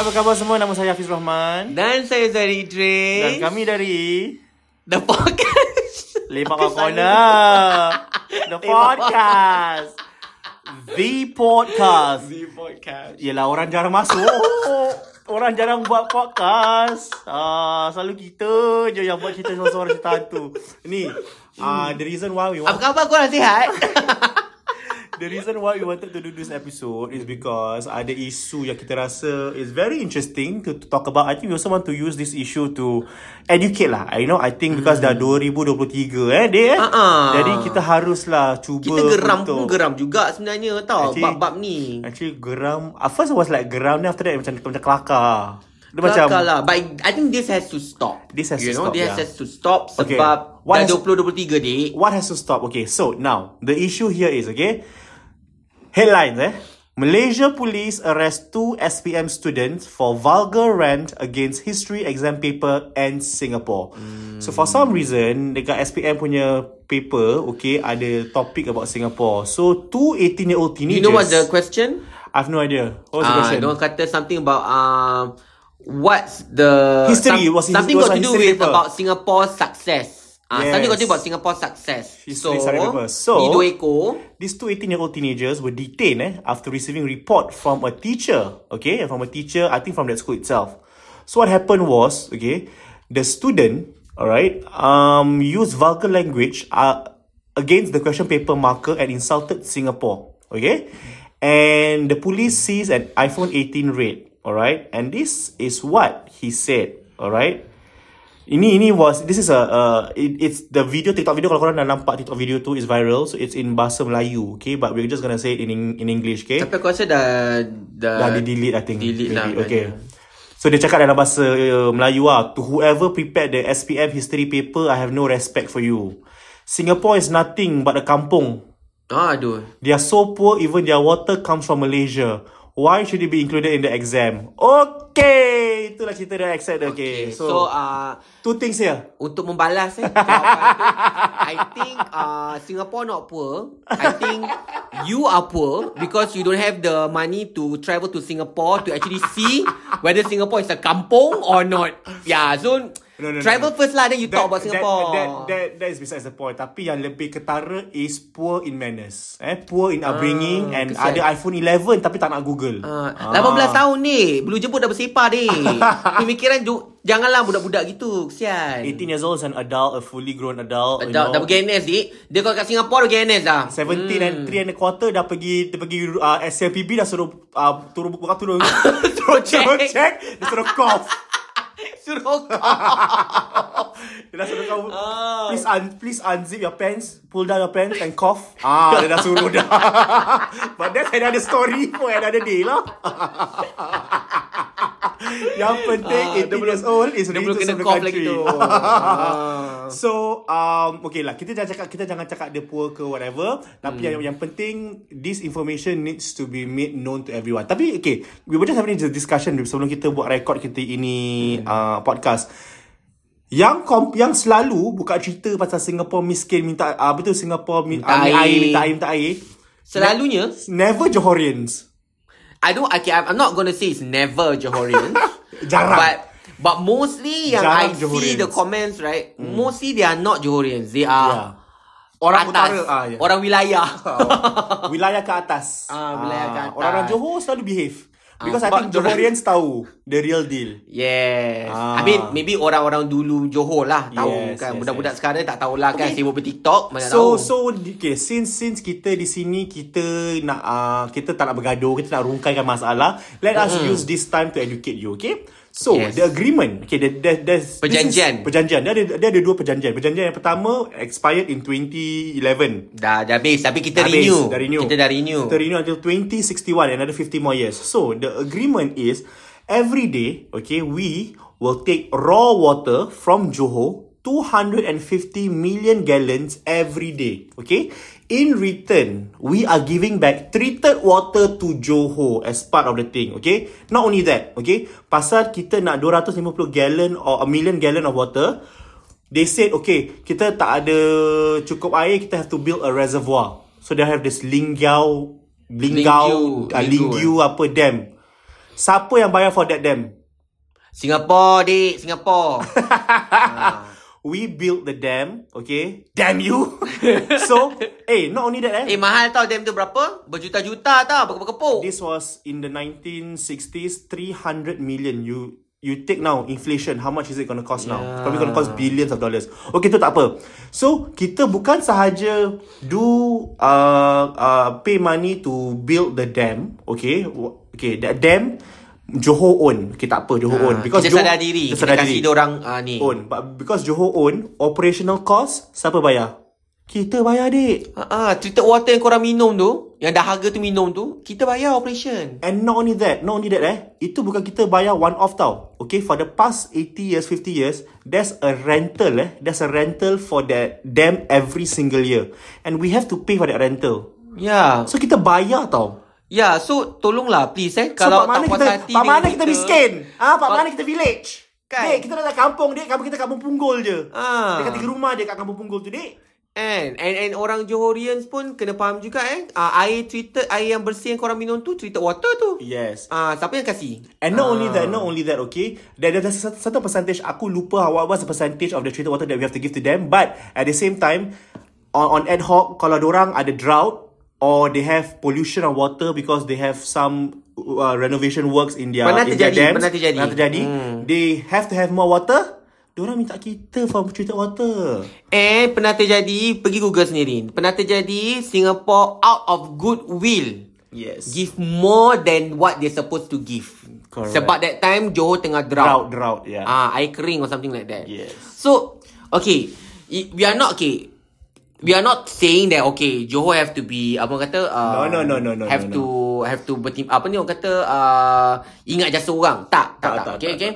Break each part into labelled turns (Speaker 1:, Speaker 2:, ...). Speaker 1: apa khabar semua? Nama saya Hafiz Rahman
Speaker 2: Dan saya Zari Idris
Speaker 1: Dan kami dari
Speaker 2: The Podcast
Speaker 1: Lemak Kau Corner The
Speaker 2: Lemak
Speaker 1: Podcast The Podcast
Speaker 2: The Podcast
Speaker 1: Yelah orang jarang masuk Orang jarang buat podcast ah, Selalu kita je yang buat cerita seorang-seorang cerita hantu Ni ah The reason why we
Speaker 2: Apa
Speaker 1: want
Speaker 2: khabar korang sihat?
Speaker 1: The reason why we wanted to do this episode Is because Ada isu yang kita rasa Is very interesting to, to talk about I think we also want to use this issue to Educate lah You know I think because dah 2023 eh Dia eh
Speaker 2: Ah.
Speaker 1: Jadi kita haruslah cuba
Speaker 2: Kita geram
Speaker 1: untuk-
Speaker 2: pun geram juga sebenarnya tau
Speaker 1: Actually-
Speaker 2: Bab-bab ni
Speaker 1: Actually geram At first it was like geram Then after that macam, macam kelakar Dia
Speaker 2: Kelakar
Speaker 1: macam
Speaker 2: lah But I think this has to stop
Speaker 1: This has to
Speaker 2: you know,
Speaker 1: stop,
Speaker 2: This
Speaker 1: yeah.
Speaker 2: has to stop
Speaker 1: Okay.
Speaker 2: Sebab
Speaker 1: What
Speaker 2: Dah
Speaker 1: has-
Speaker 2: 2023 dik
Speaker 1: What has to stop? Okay, so now the issue here is okay. Headlines eh. Malaysia police arrest two SPM students for vulgar rant against history exam paper and Singapore. So for some reason dekat SPM punya paper okay ada topic about Singapore. So two 18 year old teenagers.
Speaker 2: You know what's the question?
Speaker 1: I have no idea. What was the
Speaker 2: Ah,
Speaker 1: question?
Speaker 2: Diorang kata something about um, What's the
Speaker 1: History, it was his-
Speaker 2: Something
Speaker 1: it was
Speaker 2: got to
Speaker 1: a
Speaker 2: do
Speaker 1: history
Speaker 2: with
Speaker 1: paper.
Speaker 2: About Singapore's success Ah,
Speaker 1: Yes.
Speaker 2: Something got to do about Singapore's success
Speaker 1: History study paper. So-
Speaker 2: Ni dua ekor
Speaker 1: These two 18-year-old teenagers were detained eh, after receiving report from a teacher, okay, from a teacher, I think from that school itself. So what happened was, okay, the student, all right, um, used vulgar language uh, against the question paper marker and insulted Singapore, okay, and the police seized an iPhone 18 red, all right, and this is what he said, all right. Ini ini was this is a uh, it, it's the video TikTok video kalau korang dah nampak TikTok video tu is viral so it's in bahasa Melayu okay but we're just gonna say it in Eng- in English okay
Speaker 2: Tapi aku rasa Eh, dah Dah,
Speaker 1: dah di delete I think
Speaker 2: delete lah,
Speaker 1: okay so dia cakap dalam bahasa uh, Melayu ah to whoever prepared the SPM history paper I have no respect for you Singapore is nothing but a kampung
Speaker 2: ah, Aduh
Speaker 1: They are so poor, even their water comes from Malaysia. Why should it be included in the exam? Okay, itulah cerita dia accept dia. Okay,
Speaker 2: Okay,
Speaker 1: okay. So,
Speaker 2: so, so uh,
Speaker 1: two things here.
Speaker 2: untuk membalas eh jawapan tu, I think uh, Singapore not poor. I think you are poor because you don't have the money to travel to Singapore to actually see whether Singapore is a kampung or not. Yeah, so
Speaker 1: No, no, no, no.
Speaker 2: travel first lah then you talk about
Speaker 1: That,
Speaker 2: Singapore.
Speaker 1: that, that, that is besides the point. Tapi yang lebih ketara is poor in manners. Eh, poor in upbringing and
Speaker 2: Ah,
Speaker 1: ada
Speaker 2: kesian.
Speaker 1: iPhone 11 tapi tak nak Google.
Speaker 2: Uh,
Speaker 1: Ah.
Speaker 2: 18 tahun ni Bulu jebut dah bersepah ni Pemikiran ju- Janganlah budak-budak gitu Kesian
Speaker 1: 18 years old is an adult, a fully grown adult. you
Speaker 2: Oh, Dah, dah
Speaker 1: know.
Speaker 2: pergi NS dik Dia kalau kat Singapore Pergi NS dah
Speaker 1: 17 and
Speaker 2: Hmm.
Speaker 1: 3 and a quarter dah pergi dia pergi uh, SLPB dah suruh uh, turun bukan turun
Speaker 2: Suruh check.
Speaker 1: suruh check dia suruh cough
Speaker 2: Hmm. Suruh kau
Speaker 1: Dia dah suruh kau
Speaker 2: Ah.
Speaker 1: Please un, please unzip your pants Pull down your pants And cough Ah, Dia dah suruh dah But that's another story For another day lah Yang penting uh,
Speaker 2: Ah, dia
Speaker 1: 18
Speaker 2: belum-
Speaker 1: years old Is
Speaker 2: Dia
Speaker 1: ready
Speaker 2: belum
Speaker 1: to
Speaker 2: kena
Speaker 1: serve the
Speaker 2: cough lagi
Speaker 1: country
Speaker 2: tu
Speaker 1: So um, Okay lah Kita jangan cakap Kita jangan cakap dia poor ke whatever Tapi
Speaker 2: Hmm.
Speaker 1: yang, yang penting This information needs to be made known to everyone Tapi okay We were just having this discussion Sebelum kita buat record kita ini
Speaker 2: Hmm.
Speaker 1: uh, Podcast yang kom, yang selalu buka cerita pasal Singapore miskin minta uh, betul Singapore minta, minta air.
Speaker 2: Minta air.
Speaker 1: minta air minta air
Speaker 2: Selalunya
Speaker 1: never Johorians
Speaker 2: I don't okay, I'm, I'm not gonna say it's never Johorian
Speaker 1: Jarang.
Speaker 2: But But mostly yang
Speaker 1: Jarang
Speaker 2: I see
Speaker 1: Johorians. Hmm.
Speaker 2: the comments right, mostly they are not Johorians. They are
Speaker 1: yeah. orang
Speaker 2: atas,
Speaker 1: utara ah, yeah. Oh.
Speaker 2: orang wilayah.
Speaker 1: Ya. wilayah ke atas
Speaker 2: Ah, wilayah ke atas.
Speaker 1: orang-orang Johor selalu behave because I
Speaker 2: sebab
Speaker 1: think
Speaker 2: dorang-
Speaker 1: Johorians tahu the real deal
Speaker 2: yes.
Speaker 1: Ah.
Speaker 2: I mean maybe orang-orang dulu Johor lah tahu
Speaker 1: Yes,
Speaker 2: kan.
Speaker 1: yes,
Speaker 2: Budak-budak
Speaker 1: yes.
Speaker 2: sekarang tak tahulah kan
Speaker 1: Okay.
Speaker 2: sibuk bertiktok mana
Speaker 1: So
Speaker 2: tahu.
Speaker 1: so okay since since kita di sini kita nak uh, kita tak nak bergaduh, kita nak rungkaikan masalah. Let us use this time to educate you, okay? So yes.
Speaker 2: Yes.
Speaker 1: the agreement, okay, there, there, there's this Is,
Speaker 2: Perjanjian.
Speaker 1: perjanjian. Dia ada dia ada dua perjanjian. Perjanjian yang pertama expired in 2011.
Speaker 2: dah dah habis tapi kita
Speaker 1: Habis,
Speaker 2: renew.
Speaker 1: dah renew.
Speaker 2: Kita dah renew.
Speaker 1: Kita renew until 2061 another 50 more years. So the agreement is every day, okay, we will take raw water from Johor 250 million gallons every day. Okay? In return, we are giving back treated water to Johor as part of the thing. Okay? Not only that, okay? Pasal kita nak 250 gallon or a million gallon of water, They said okay kita tak ada cukup air kita have to build a reservoir. So they have this Linggau Linggau
Speaker 2: Linggu,
Speaker 1: uh,
Speaker 2: Linggu,
Speaker 1: Linggu apa dam. Siapa yang bayar for that dam?
Speaker 2: Singapore, dik. Singapore. Ah.
Speaker 1: We built the dam, okay? Damn you! so, hey, not only that eh.
Speaker 2: Eh, mahal tau dam tu berapa? Berjuta-juta tau. Berkepuk-berkepuk.
Speaker 1: This was in the 1960s, 300 million. You you take now inflation, how much is it going to cost now? It's probably going to cost billions of dollars. Okay, tu tak apa. So, kita bukan sahaja do uh, uh, pay money to build the dam, okay? W- Okay, that dam Johor own. Okay, tak apa, Johor own.
Speaker 2: Because Ah, kita
Speaker 1: Johor-
Speaker 2: sadar diri.
Speaker 1: Kita
Speaker 2: Kita,
Speaker 1: sadar
Speaker 2: kasih
Speaker 1: diri.
Speaker 2: diorang ah, ni.
Speaker 1: Own. But because Johor own, operational cost, siapa bayar? Kita bayar, dek.
Speaker 2: Ah, ah, treated water yang korang minum tu, yang dahaga tu minum tu, kita bayar operation.
Speaker 1: And not only that, not only that eh, itu bukan kita bayar one off tau. Okay, for the past 80 years, 50 years, there's a rental eh. There's a rental for that dam every single year. And we have to pay for that rental.
Speaker 2: Ya. Yeah.
Speaker 1: So kita bayar tau.
Speaker 2: Ya, yeah, so tolonglah please eh.
Speaker 1: So,
Speaker 2: Kalau
Speaker 1: pak mana
Speaker 2: tak puas
Speaker 1: kita,
Speaker 2: hati
Speaker 1: pak
Speaker 2: dengan
Speaker 1: mana kita miskin? Ah, pak
Speaker 2: Pak-
Speaker 1: mana kita village?
Speaker 2: Kan?
Speaker 1: Dek, kita datang kampung, dek. Kampung kita kampung punggol je.
Speaker 2: Ah.
Speaker 1: Dekat tiga rumah je kat kampung punggol tu, dek.
Speaker 2: And, and and orang Johorians pun kena faham juga eh. Uh, air treated, air yang bersih yang korang minum tu treated water tu.
Speaker 1: Yes.
Speaker 2: Ah, uh, siapa yang kasih?
Speaker 1: And not only that,
Speaker 2: Ah.
Speaker 1: not only that, okay. There, there's a certain percentage. Aku lupa what was the percentage of the treated water that we have to give to them. But at the same time, on, on ad hoc, kalau orang ada drought or they have pollution of water because they have some uh, renovation works in their
Speaker 2: Pernah
Speaker 1: in
Speaker 2: terjadi,
Speaker 1: their dams.
Speaker 2: pernah terjadi. Hmm.
Speaker 1: Pernah terjadi. They have to have more water. Diorang minta kita for treated water.
Speaker 2: And Eh, pernah terjadi, pergi Google sendiri. Pernah terjadi Singapore out of goodwill.
Speaker 1: Yes. Give
Speaker 2: Give more than what they're supposed to give.
Speaker 1: Correct.
Speaker 2: Sebab that time Johor tengah drought.
Speaker 1: drought, drought. Yeah.
Speaker 2: Ah, air kering or something like that.
Speaker 1: Yes.
Speaker 2: So, okay, i- we are not okay. We are not saying that okay, Johor have to be apa orang kata uh,
Speaker 1: No, no, no, no, no, no,
Speaker 2: have
Speaker 1: no.
Speaker 2: to have to bertim apa ni orang kata uh, ingat jasa orang. Tak, tak,
Speaker 1: Tak,
Speaker 2: tak.
Speaker 1: tak,
Speaker 2: okay,
Speaker 1: tak,
Speaker 2: okay.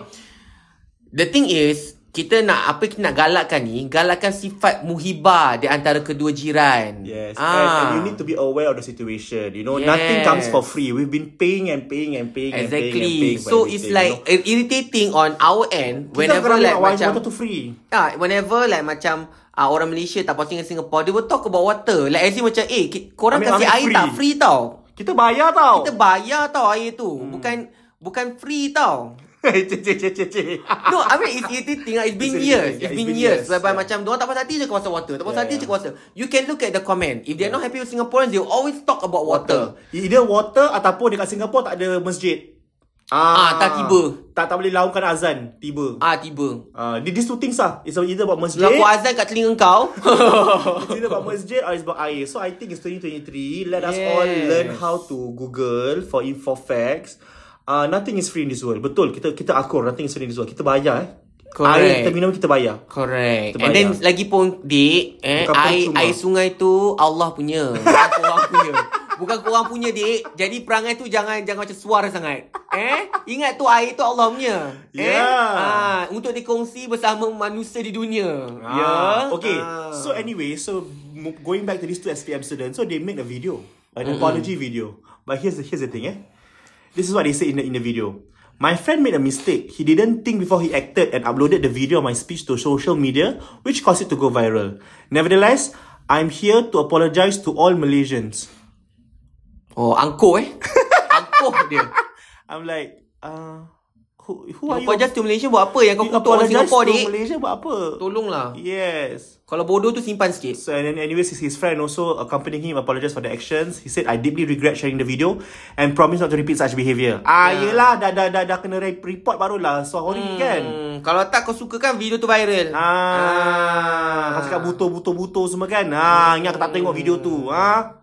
Speaker 2: The thing is kita nak apa kita nak galakkan ni, galakkan sifat muhibah di antara kedua jiran.
Speaker 1: Yes, and,
Speaker 2: Ah.
Speaker 1: and you need to be aware of the situation. You know, nothing comes for
Speaker 2: Yes.
Speaker 1: free. We've been paying and paying and paying and paying and
Speaker 2: Exactly.
Speaker 1: paying. for
Speaker 2: So it's
Speaker 1: everything, you know.
Speaker 2: like ir- irritating on our end whenever like macam
Speaker 1: water to free.
Speaker 2: Ah, whenever like macam ah, orang Malaysia tak posting in Singapore, dia will talk about water. Like as if macam, eh, ki- korang
Speaker 1: Ambil-
Speaker 2: ambil,
Speaker 1: ambil
Speaker 2: kasih air
Speaker 1: free. Oh.
Speaker 2: tak free tau.
Speaker 1: Kita bayar tau.
Speaker 2: Kita bayar tau air tu. Hmm. Bukan bukan free tau.
Speaker 1: cik, cik, cik, cik, cik.
Speaker 2: No, I mean it's irritating. lah. It's been
Speaker 1: It's
Speaker 2: years.
Speaker 1: irritating.
Speaker 2: It's been years. Whereby macam diorang tak puas hati je kawasan water. Tak puas
Speaker 1: Yeah,
Speaker 2: hati je
Speaker 1: yeah.
Speaker 2: kawasan. You can look at the comment. If they're not happy with Singaporeans, they will always talk about water.
Speaker 1: Either water ataupun dekat Singapore tak ada masjid.
Speaker 2: Ah, tak tiba.
Speaker 1: Tak tak boleh laungkan azan, tiba.
Speaker 2: Ah, tiba.
Speaker 1: Ah, uh, these two things lah. It's either about masjid.
Speaker 2: Lagu azan kat telinga kau.
Speaker 1: It's either about masjid or it's about air. So I think it's 2023. Let us all
Speaker 2: Yes.
Speaker 1: learn how to Google for info facts. Uh, nothing is free in this world. Betul. Kita kita akur. Nothing is free in this world. Kita bayar eh.
Speaker 2: Correct.
Speaker 1: Air kita minum kita bayar.
Speaker 2: Correct.
Speaker 1: Kita
Speaker 2: And then
Speaker 1: bayar.
Speaker 2: lagi pun dik, eh
Speaker 1: Bukan
Speaker 2: air
Speaker 1: percuma.
Speaker 2: air sungai tu Allah punya, bukan korang punya. Bukan korang punya dik. Jadi perangai tu jangan jangan macam suara sangat. Eh, ingat tu air tu Allah punya. Eh?
Speaker 1: Yeah.
Speaker 2: Ah, untuk dikongsi bersama manusia di dunia. Ya.
Speaker 1: Yeah. Okay.
Speaker 2: Ah.
Speaker 1: So anyway, so m- going back to these two SPM students, so they made a video, an
Speaker 2: Mm-hmm.
Speaker 1: apology video. But here's the, here's the thing, eh? This is what they said in the in the video. My friend made a mistake. He didn't think before he acted and uploaded the video of my speech to social media, which caused it to go viral. Nevertheless, I'm here to apologize to all Malaysians.
Speaker 2: Oh, angkuh eh. angkuh dia.
Speaker 1: I'm like, uh, who who are
Speaker 2: Kau
Speaker 1: you?
Speaker 2: apologize to Malaysia buat apa yang kau kutuk orang Singapore
Speaker 1: to
Speaker 2: dik?
Speaker 1: Malaysia buat apa?
Speaker 2: Tolonglah.
Speaker 1: Yes.
Speaker 2: Kalau bodoh tu simpan sikit.
Speaker 1: So and then anyways, his- his friend also accompanying him apologized for the actions. He said, I deeply regret sharing the video and promise not to repeat such behaviour. Ah, yelah, dah, dah, dah, dah kena re- report barulah. Sorry hmm. kan?
Speaker 2: Hmm, kalau tak kau suka kan video tu viral.
Speaker 1: Ah, ah. cakap butuh-butuh-butuh semua kan? Ah, ingat aku tak tengok video tu. Ah.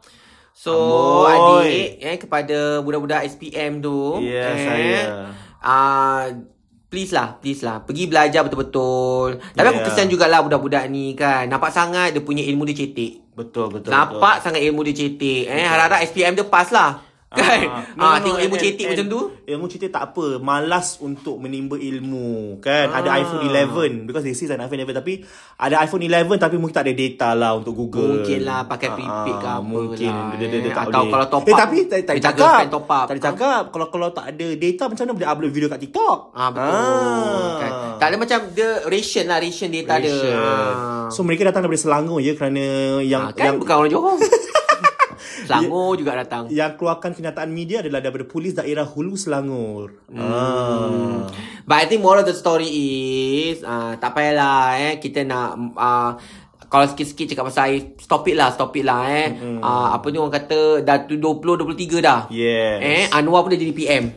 Speaker 2: So
Speaker 1: Amboi.
Speaker 2: adik eh kepada budak-budak SPM tu
Speaker 1: Ya,
Speaker 2: eh,
Speaker 1: saya.
Speaker 2: ah, please lah, please lah. Pergi belajar betul-betul. Tapi aku
Speaker 1: Ya.
Speaker 2: kesian jugalah budak-budak ni kan. Nampak sangat dia punya ilmu dia cetek.
Speaker 1: Betul, betul.
Speaker 2: Nampak sangat ilmu dia cetek. Eh harap-harap SPM dia pass lah. Kan? Ah,
Speaker 1: No, no, no,
Speaker 2: tengok ilmu
Speaker 1: and-
Speaker 2: cetek
Speaker 1: and-
Speaker 2: macam tu.
Speaker 1: Ilmu cetek tak apa Malas untuk menimba ilmu Kan ah. Ada
Speaker 2: Ah.
Speaker 1: iPhone 11 Because they say it's an iPhone 11 Tapi Ada iPhone 11 Tapi mungkin tak ada data lah Untuk Google
Speaker 2: Mungkin lah pakai prepaid ke
Speaker 1: Ah,
Speaker 2: apa
Speaker 1: Mungkin
Speaker 2: lah,
Speaker 1: dia, dia, dia
Speaker 2: eh.
Speaker 1: tak
Speaker 2: Atau
Speaker 1: boleh.
Speaker 2: kalau top
Speaker 1: eh,
Speaker 2: up,
Speaker 1: Tapi tak tak
Speaker 2: dia tak
Speaker 1: cakap
Speaker 2: girlfriend top up.
Speaker 1: Tak cakap Kalau kalau tak ada data Macam mana boleh upload video kat TikTok
Speaker 2: Ah betul.
Speaker 1: Ah.
Speaker 2: Kan? Tak ada macam dia ration lah, ration data dia.
Speaker 1: Malaysia.
Speaker 2: Ah.
Speaker 1: So mereka datang daripada Selangor je ya, kerana yang
Speaker 2: Ah, kan
Speaker 1: yang
Speaker 2: bukan orang Johor. Selangor juga datang.
Speaker 1: Yang keluarkan kenyataan media adalah daripada polis daerah Hulu Selangor. Hmm. Ah.
Speaker 2: But I think moral of the story is uh, Tak payahlah eh Kita nak uh, Kalau sikit-sikit cakap pasal air Stop it lah Stop it lah eh mm-hmm. uh, Apa ni orang kata Dah tu 20-23 dah
Speaker 1: Yes.
Speaker 2: Eh Anwar pun dah jadi PM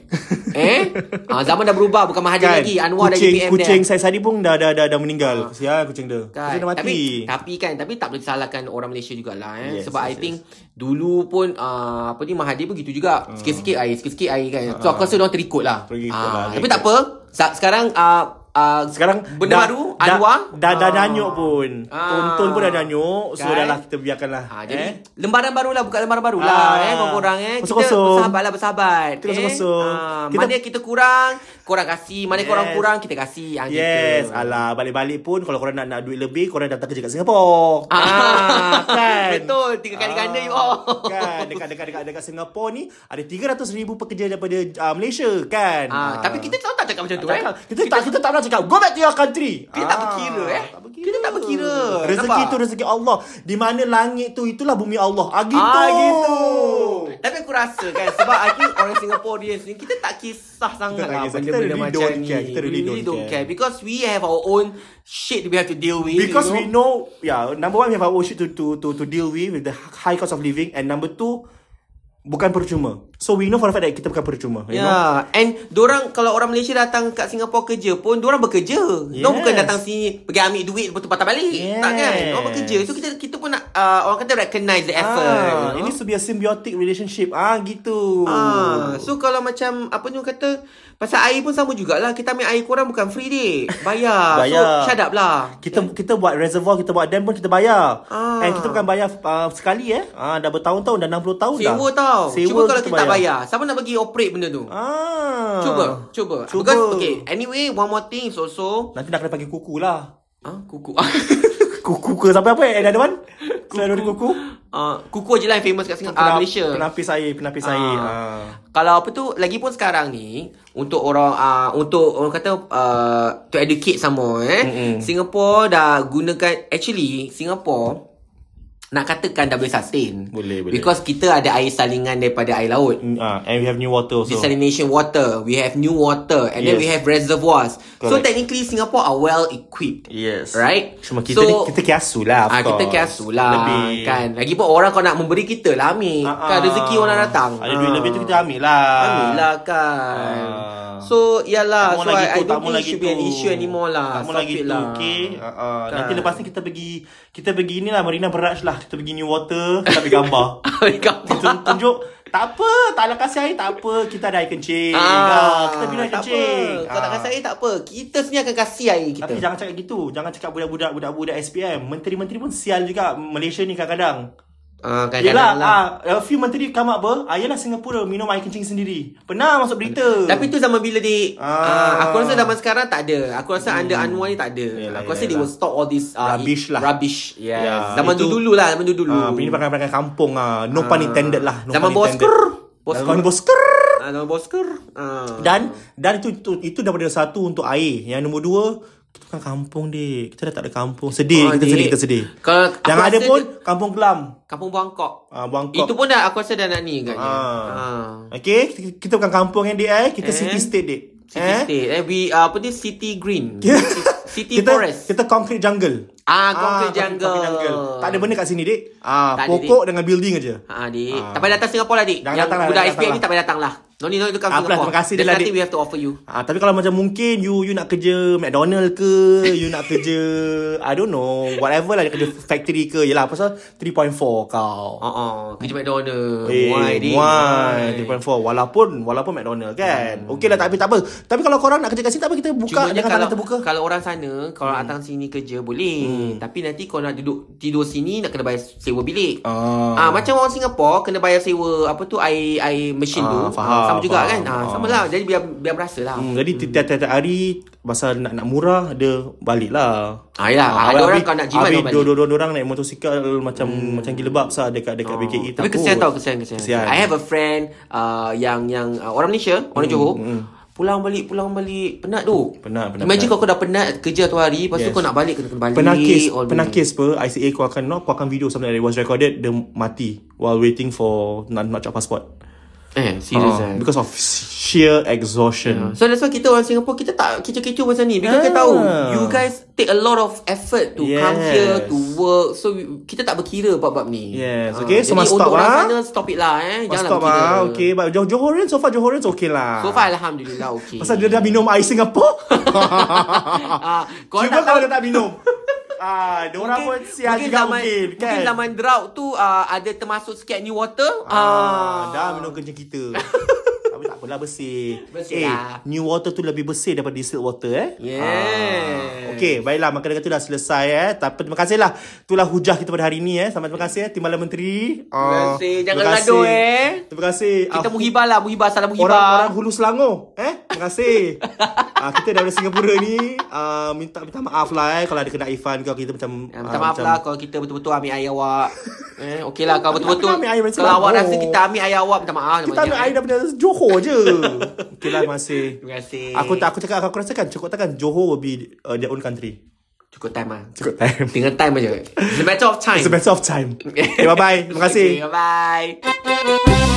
Speaker 2: Eh uh, Zaman dah berubah Bukan Mahathir kan? lagi Anwar dah jadi
Speaker 1: kucing,
Speaker 2: PM
Speaker 1: kucing
Speaker 2: dia
Speaker 1: saya tadi pun dah dah dah, dah meninggal. Kesian kucing dia.
Speaker 2: Kan.
Speaker 1: Kucing dah mati.
Speaker 2: Tapi tapi kan tapi tak boleh salahkan orang Malaysia jugalah
Speaker 1: Yes,
Speaker 2: eh yes, sebab
Speaker 1: yes, Ah.
Speaker 2: yes, I think dulu pun uh, apa ni Mahathir pun gitu juga sikit-sikit air sikit-sikit air kan. So aku rasa dia orang terikut lah.
Speaker 1: Terikut
Speaker 2: Ah,
Speaker 1: lah, terikut.
Speaker 2: tapi tak apa. Sa- sekarang uh, uh,
Speaker 1: sekarang
Speaker 2: benda
Speaker 1: dah-
Speaker 2: baru
Speaker 1: dah,
Speaker 2: Anwar
Speaker 1: dah dah,
Speaker 2: Ah.
Speaker 1: danyuk pun.
Speaker 2: Ah.
Speaker 1: Tonton pun dah danyuk. So
Speaker 2: Kan?
Speaker 1: dah lah kita biarkanlah.
Speaker 2: Ah,
Speaker 1: eh?
Speaker 2: jadi lembaran baru lah buka lembaran baru
Speaker 1: Ah.
Speaker 2: lah eh korang-korang eh kita
Speaker 1: Kosong-kosong.
Speaker 2: bersahabat lah bersahabat
Speaker 1: Kita kosong-kosong.
Speaker 2: ah,
Speaker 1: Kita-
Speaker 2: mana kita kurang korang kasih mana
Speaker 1: Yes.
Speaker 2: korang kurang kita kasih ah,
Speaker 1: Yes,
Speaker 2: gitu.
Speaker 1: alah balik-balik pun kalau korang nak nak duit lebih korang datang kerja kat Singapura.
Speaker 2: Ah, Betul Tiga kali ganda you all
Speaker 1: Ah, Kan dekat dekat dekat dekat Singapura ni ada 300,000 pekerja daripada uh, Malaysia kan.
Speaker 2: Ah, tapi kita tahu tak cakap macam tu
Speaker 1: tak,
Speaker 2: eh.
Speaker 1: tak, Ah, kita, tak kita tak pernah cakap go back to your country. Ah,
Speaker 2: Kita tak berkira, eh.
Speaker 1: tak berkira.
Speaker 2: Kita tak berkira.
Speaker 1: Rezeki
Speaker 2: Nampak?
Speaker 1: tu rezeki Allah. Di mana langit tu itulah bumi Allah. Ah gitu.
Speaker 2: Ah gitu. Tapi aku rasa kan sebab I think orang Singapore dia sendiri kita tak kisah
Speaker 1: tak
Speaker 2: sangat lah
Speaker 1: kisah. Kita
Speaker 2: benda-benda
Speaker 1: really
Speaker 2: macam
Speaker 1: don't
Speaker 2: ni.
Speaker 1: care. Kita
Speaker 2: We
Speaker 1: really don't
Speaker 2: don't
Speaker 1: care.
Speaker 2: care because we have our own shit we have to deal with.
Speaker 1: Because
Speaker 2: you
Speaker 1: we know, yeah, number one we have our own shit to to to to deal with with the high cost of living, and number two bukan percuma. So we know for a fact that kita bukan percuma. You
Speaker 2: Ya,
Speaker 1: know?
Speaker 2: yeah. and dorang kalau orang Malaysia datang kat Singapura kerja pun dorang bekerja. Yes. Dorang bukan
Speaker 1: Yes.
Speaker 2: datang sini pergi ambil duit lepas tu patah balik.
Speaker 1: Yes.
Speaker 2: Tak kan? Orang bekerja. So kita kita pun nak uh, orang kata recognize the effort.
Speaker 1: Ah, it
Speaker 2: you know?
Speaker 1: needs to be a symbiotic relationship. Ah, gitu.
Speaker 2: Ah, so kalau macam apa ni orang kata pasal air pun sama jugalah. Kita ambil air korang bukan free dek. Bayar.
Speaker 1: Bayar.
Speaker 2: So shut up lah.
Speaker 1: Kita kita buat reservoir, kita buat dam pun kita bayar.
Speaker 2: Ah.
Speaker 1: And kita bukan bayar uh, sekali eh. Ah, dah bertahun-tahun dah 60 tahun dah.
Speaker 2: Sewa tau.
Speaker 1: Sewa
Speaker 2: Cuba kalau kita tak bayar, siapa nak bagi operate benda tu?
Speaker 1: Ah.
Speaker 2: Cuba, cuba.
Speaker 1: Cuba.
Speaker 2: Because okay, anyway one more thing is also
Speaker 1: Nanti nak kena panggil kuku lah.
Speaker 2: ah kuku.
Speaker 1: Kuku ke sampai apa eh? Another one? Selain dari kuku?
Speaker 2: Ah, kuku je lah yang famous kat Singapura,
Speaker 1: Penap-
Speaker 2: ah, Malaysia.
Speaker 1: Penapis air, penapis air. Ah.
Speaker 2: Kalau apa tu lagipun sekarang ni untuk orang uh, untuk orang kata uh, to educate sama eh mm-hmm. Singapore dah gunakan actually Singapore nak katakan dah boleh sustain
Speaker 1: Boleh, boleh.
Speaker 2: because kita ada air salingan daripada air laut
Speaker 1: Mm, ah, and we have new water also.
Speaker 2: desalination water we have new water and yes. then
Speaker 1: Yes.
Speaker 2: we have reservoirs Correct. so
Speaker 1: Correct.
Speaker 2: technically Singapore are well equipped
Speaker 1: Yes.
Speaker 2: right
Speaker 1: Cuma kita so, ni, kita kiasu lah. of
Speaker 2: Ah kita
Speaker 1: course.
Speaker 2: kiasu lah
Speaker 1: Lebih.
Speaker 2: kan. Lagipun orang kau nak memberi kita lah
Speaker 1: Ah,
Speaker 2: ambil. Uh-uh. Kan
Speaker 1: ah.
Speaker 2: rezeki orang datang.
Speaker 1: Ada duit
Speaker 2: Ah.
Speaker 1: lebih tu kita ambil lah.
Speaker 2: Ambil lah kan.
Speaker 1: Ah.
Speaker 2: So
Speaker 1: Tak
Speaker 2: ialah
Speaker 1: mau
Speaker 2: so
Speaker 1: lagi
Speaker 2: I,
Speaker 1: tu,
Speaker 2: I
Speaker 1: tak
Speaker 2: don't
Speaker 1: mau
Speaker 2: think it
Speaker 1: lagi
Speaker 2: should be an
Speaker 1: tu.
Speaker 2: issue anymore lah.
Speaker 1: Tak mau
Speaker 2: Stop
Speaker 1: lagi
Speaker 2: it
Speaker 1: tu,
Speaker 2: lah.
Speaker 1: okay? Uh, uh,
Speaker 2: Kan.
Speaker 1: Nanti lepas ni kita pergi, kita pergi ni lah Marina Barrage lah. Kita pergi New Water, kita ambil gambar.
Speaker 2: Ambil gambar.
Speaker 1: Kita tunjuk, tak apa, tak nak kasih air, tak apa. Kita ada air kencing. Ah, kita pilih air
Speaker 2: tak apa.
Speaker 1: kencing.
Speaker 2: Kau tak
Speaker 1: Ah.
Speaker 2: kasih air tak apa. Kita sendiri akan kasih air kita.
Speaker 1: Tapi jangan cakap gitu. Jangan cakap budak-budak budak-budak SPM. Menteri-menteri pun sial juga Malaysia ni kadang-kadang. Yelah,
Speaker 2: Ah, kadang-kadang lah.
Speaker 1: ah, a few menteri come up ber. Ah, yelah Singapura minum air kencing sendiri. Pernah masuk berita.
Speaker 2: Tapi tu zaman bila dik
Speaker 1: Ah. Hmm.
Speaker 2: ah. Aku rasa zaman sekarang tak ada Aku rasa under Anwar ni tak ada
Speaker 1: Yelah,
Speaker 2: Aku rasa
Speaker 1: yelah.
Speaker 2: they will stop all this ah,
Speaker 1: Rubbish lah.
Speaker 2: Rubbish yes.
Speaker 1: Ya,
Speaker 2: Zaman tu
Speaker 1: itu-
Speaker 2: dulu lah Zaman tu dulu
Speaker 1: ah, ini pakai-pakai kampung ah. No pun intended lah. No
Speaker 2: Zaman
Speaker 1: pun intended.
Speaker 2: bosker. Bosker.
Speaker 1: Zaman bosker.
Speaker 2: Ah, nama bosker. Ah.
Speaker 1: Dan dan itu itu, itu daripada satu untuk air. Yang nombor dua kita bukan kampung dek. Kita dah tak ada kampung. Sedih,
Speaker 2: Ah,
Speaker 1: kita
Speaker 2: dek.
Speaker 1: sedih, kita sedih.
Speaker 2: Kalau-
Speaker 1: yang
Speaker 2: aku
Speaker 1: ada
Speaker 2: rasa
Speaker 1: pun kampung kelam.
Speaker 2: Kampung Buangkok.
Speaker 1: Ah, Buangkok.
Speaker 2: Itu pun dah aku rasa dah nak ni agaknya.
Speaker 1: Ah.
Speaker 2: Ah.
Speaker 1: Okey, kita, kita bukan kampung yang dek eh. Kita
Speaker 2: Eh?
Speaker 1: city state dek.
Speaker 2: City
Speaker 1: eh?
Speaker 2: state. Eh, we uh, apa ni city green. city
Speaker 1: kita,
Speaker 2: forest.
Speaker 1: Kita concrete jungle.
Speaker 2: Ah, concrete jungle.
Speaker 1: Tak ada benda kat sini dek. Ah,
Speaker 2: Tak ada,
Speaker 1: pokok dengan building aja.
Speaker 2: Ha, dik.
Speaker 1: Ah.
Speaker 2: Tak payah datang Singapura lah, dik.
Speaker 1: Jangan
Speaker 2: Yang
Speaker 1: datang lah,
Speaker 2: budak
Speaker 1: jangan
Speaker 2: SPM
Speaker 1: datang
Speaker 2: ni tak payah datang lah. No need, no need to come
Speaker 1: Apalah,
Speaker 2: Singapore.
Speaker 1: terima kasih
Speaker 2: There's
Speaker 1: dia lah,
Speaker 2: nothing
Speaker 1: dik.
Speaker 2: we have to offer you.
Speaker 1: Ah, tapi kalau macam mungkin you you nak kerja McDonald ke, you nak kerja I don't know, whatever lah kerja factory ke. Yalah pasal 3.4 kau.
Speaker 2: Oh, oh. Kerja McDonald.
Speaker 1: Eh,
Speaker 2: why, dik?
Speaker 1: Why? 3.4 Walaupun Walaupun McDonald kan hmm. Okey lah tak apa, tak apa Tapi kalau korang nak kerja kat sini Tak apa kita buka
Speaker 2: Cuma
Speaker 1: Dengan
Speaker 2: kalau,
Speaker 1: tangan terbuka
Speaker 2: kalau orang sana Kalau hmm. datang sini kerja Boleh hmm. Tapi nanti kalau nak duduk Tidur sini Nak kena bayar sewa bilik Ah, macam orang Singapore kena bayar sewa apa tu air air mesin
Speaker 1: Ah,
Speaker 2: tu.
Speaker 1: faham,
Speaker 2: sama juga
Speaker 1: faham,
Speaker 2: kan? Ah, sama lah. Jadi biar biar berasa lah.
Speaker 1: hmm, Jadi tiap- tiap-tiap hari Pasal nak nak murah Dia balik lah
Speaker 2: Ah, yalah. ada
Speaker 1: habis-
Speaker 2: orang kalau nak jimat
Speaker 1: habis
Speaker 2: orang balik. Hmm.
Speaker 1: dua-dua orang naik motosikal Macam macam gila bab sah Dekat, dekat BKE
Speaker 2: Ah. Tapi
Speaker 1: takut.
Speaker 2: kesian tau kesian, kesian
Speaker 1: Kesian.
Speaker 2: I have a friend uh, yang yang uh, orang Malaysia, orang Johor. Pulang balik, pulang balik. Penat tu.
Speaker 1: Hmm, Penat, penat,
Speaker 2: Imagine
Speaker 1: penat.
Speaker 2: kalau kau dah penat kerja tu hari, lepas yes. tu
Speaker 1: Yes.
Speaker 2: kau nak balik, kena, kena balik.
Speaker 1: Penakis
Speaker 2: all the way.
Speaker 1: Penakis apa ICA keluarkan no, Keluarkan video something like that It was recorded Dia mati While waiting for Nak, nak cak passport
Speaker 2: Eh, serious
Speaker 1: Ah,
Speaker 2: eh.
Speaker 1: Because of sheer exhaustion
Speaker 2: So that's why kita orang Singapore Kita tak kecoh-kecoh pasal ni Because
Speaker 1: Ah.
Speaker 2: kita tahu You guys take a lot of effort To yes. come
Speaker 1: Yes.
Speaker 2: here To work So we, kita tak berkira Bab-bab ni
Speaker 1: Yes,
Speaker 2: Ah,
Speaker 1: okay, so must
Speaker 2: Jadi
Speaker 1: stop,
Speaker 2: untuk orang
Speaker 1: ah.
Speaker 2: sana Stop it lah eh
Speaker 1: Must
Speaker 2: Janganlah
Speaker 1: stop
Speaker 2: berkira
Speaker 1: ah Okay But Johor Johorians So far Johorians okay lah
Speaker 2: So far Alhamdulillah okay
Speaker 1: Pasal dia dah minum air Singapore
Speaker 2: ah, kau
Speaker 1: Cuba
Speaker 2: tak
Speaker 1: kalau
Speaker 2: tahu
Speaker 1: dia tak minum Ah, dia orang pun sial
Speaker 2: mungkin
Speaker 1: juga
Speaker 2: zaman,
Speaker 1: mungkin kan?
Speaker 2: mungkin zaman drought tu ah, Ada termasuk sikit new water
Speaker 1: Ah, dah minum kencing kita. Tapi tak apalah bersih. eh,
Speaker 2: Bersih lah.
Speaker 1: new water tu lebih bersih daripada distilled water eh.
Speaker 2: Yes.
Speaker 1: Ah, Okey, baiklah maka dengan tu dah selesai eh. Tapi terima kasihlah. Itulah hujah kita pada hari ini eh. Sampai terima kasih eh, Timbalan Menteri.
Speaker 2: Terima
Speaker 1: Ah,
Speaker 2: kasih. Jangan
Speaker 1: terima kasih.
Speaker 2: gaduh, eh.
Speaker 1: Terima kasih.
Speaker 2: Kita
Speaker 1: Ah,
Speaker 2: muhibah lah Muhibah salam muhibah
Speaker 1: Orang-orang hulu Selangor Eh Terima kasih uh, Kita daripada Singapura ni uh, Minta minta maaf lah eh Kalau ada kena Ifan ke Kita macam
Speaker 2: Ya, minta
Speaker 1: ah,
Speaker 2: maaf
Speaker 1: macam-
Speaker 2: lah kalau kita betul-betul ambil air awak. eh, okey lah kalau
Speaker 1: Tapi
Speaker 2: betul-betul.
Speaker 1: kenapa ambil air dari
Speaker 2: Kalau awak
Speaker 1: Selangor?
Speaker 2: rasa kita ambil air awak, minta maaf.
Speaker 1: Kita ambil air daripada Johor je Okay lah terima kasih
Speaker 2: Terima kasih.
Speaker 1: Aku tak aku cakap aku rasakan cukup takkan Johor will be uh, their own country.
Speaker 2: Cukup time lah.
Speaker 1: Cukup time.
Speaker 2: Tinggal time aja. It's a matter of time.
Speaker 1: It's a matter of time. Okay, bye bye. Terima kasih.
Speaker 2: Okay, bye-bye.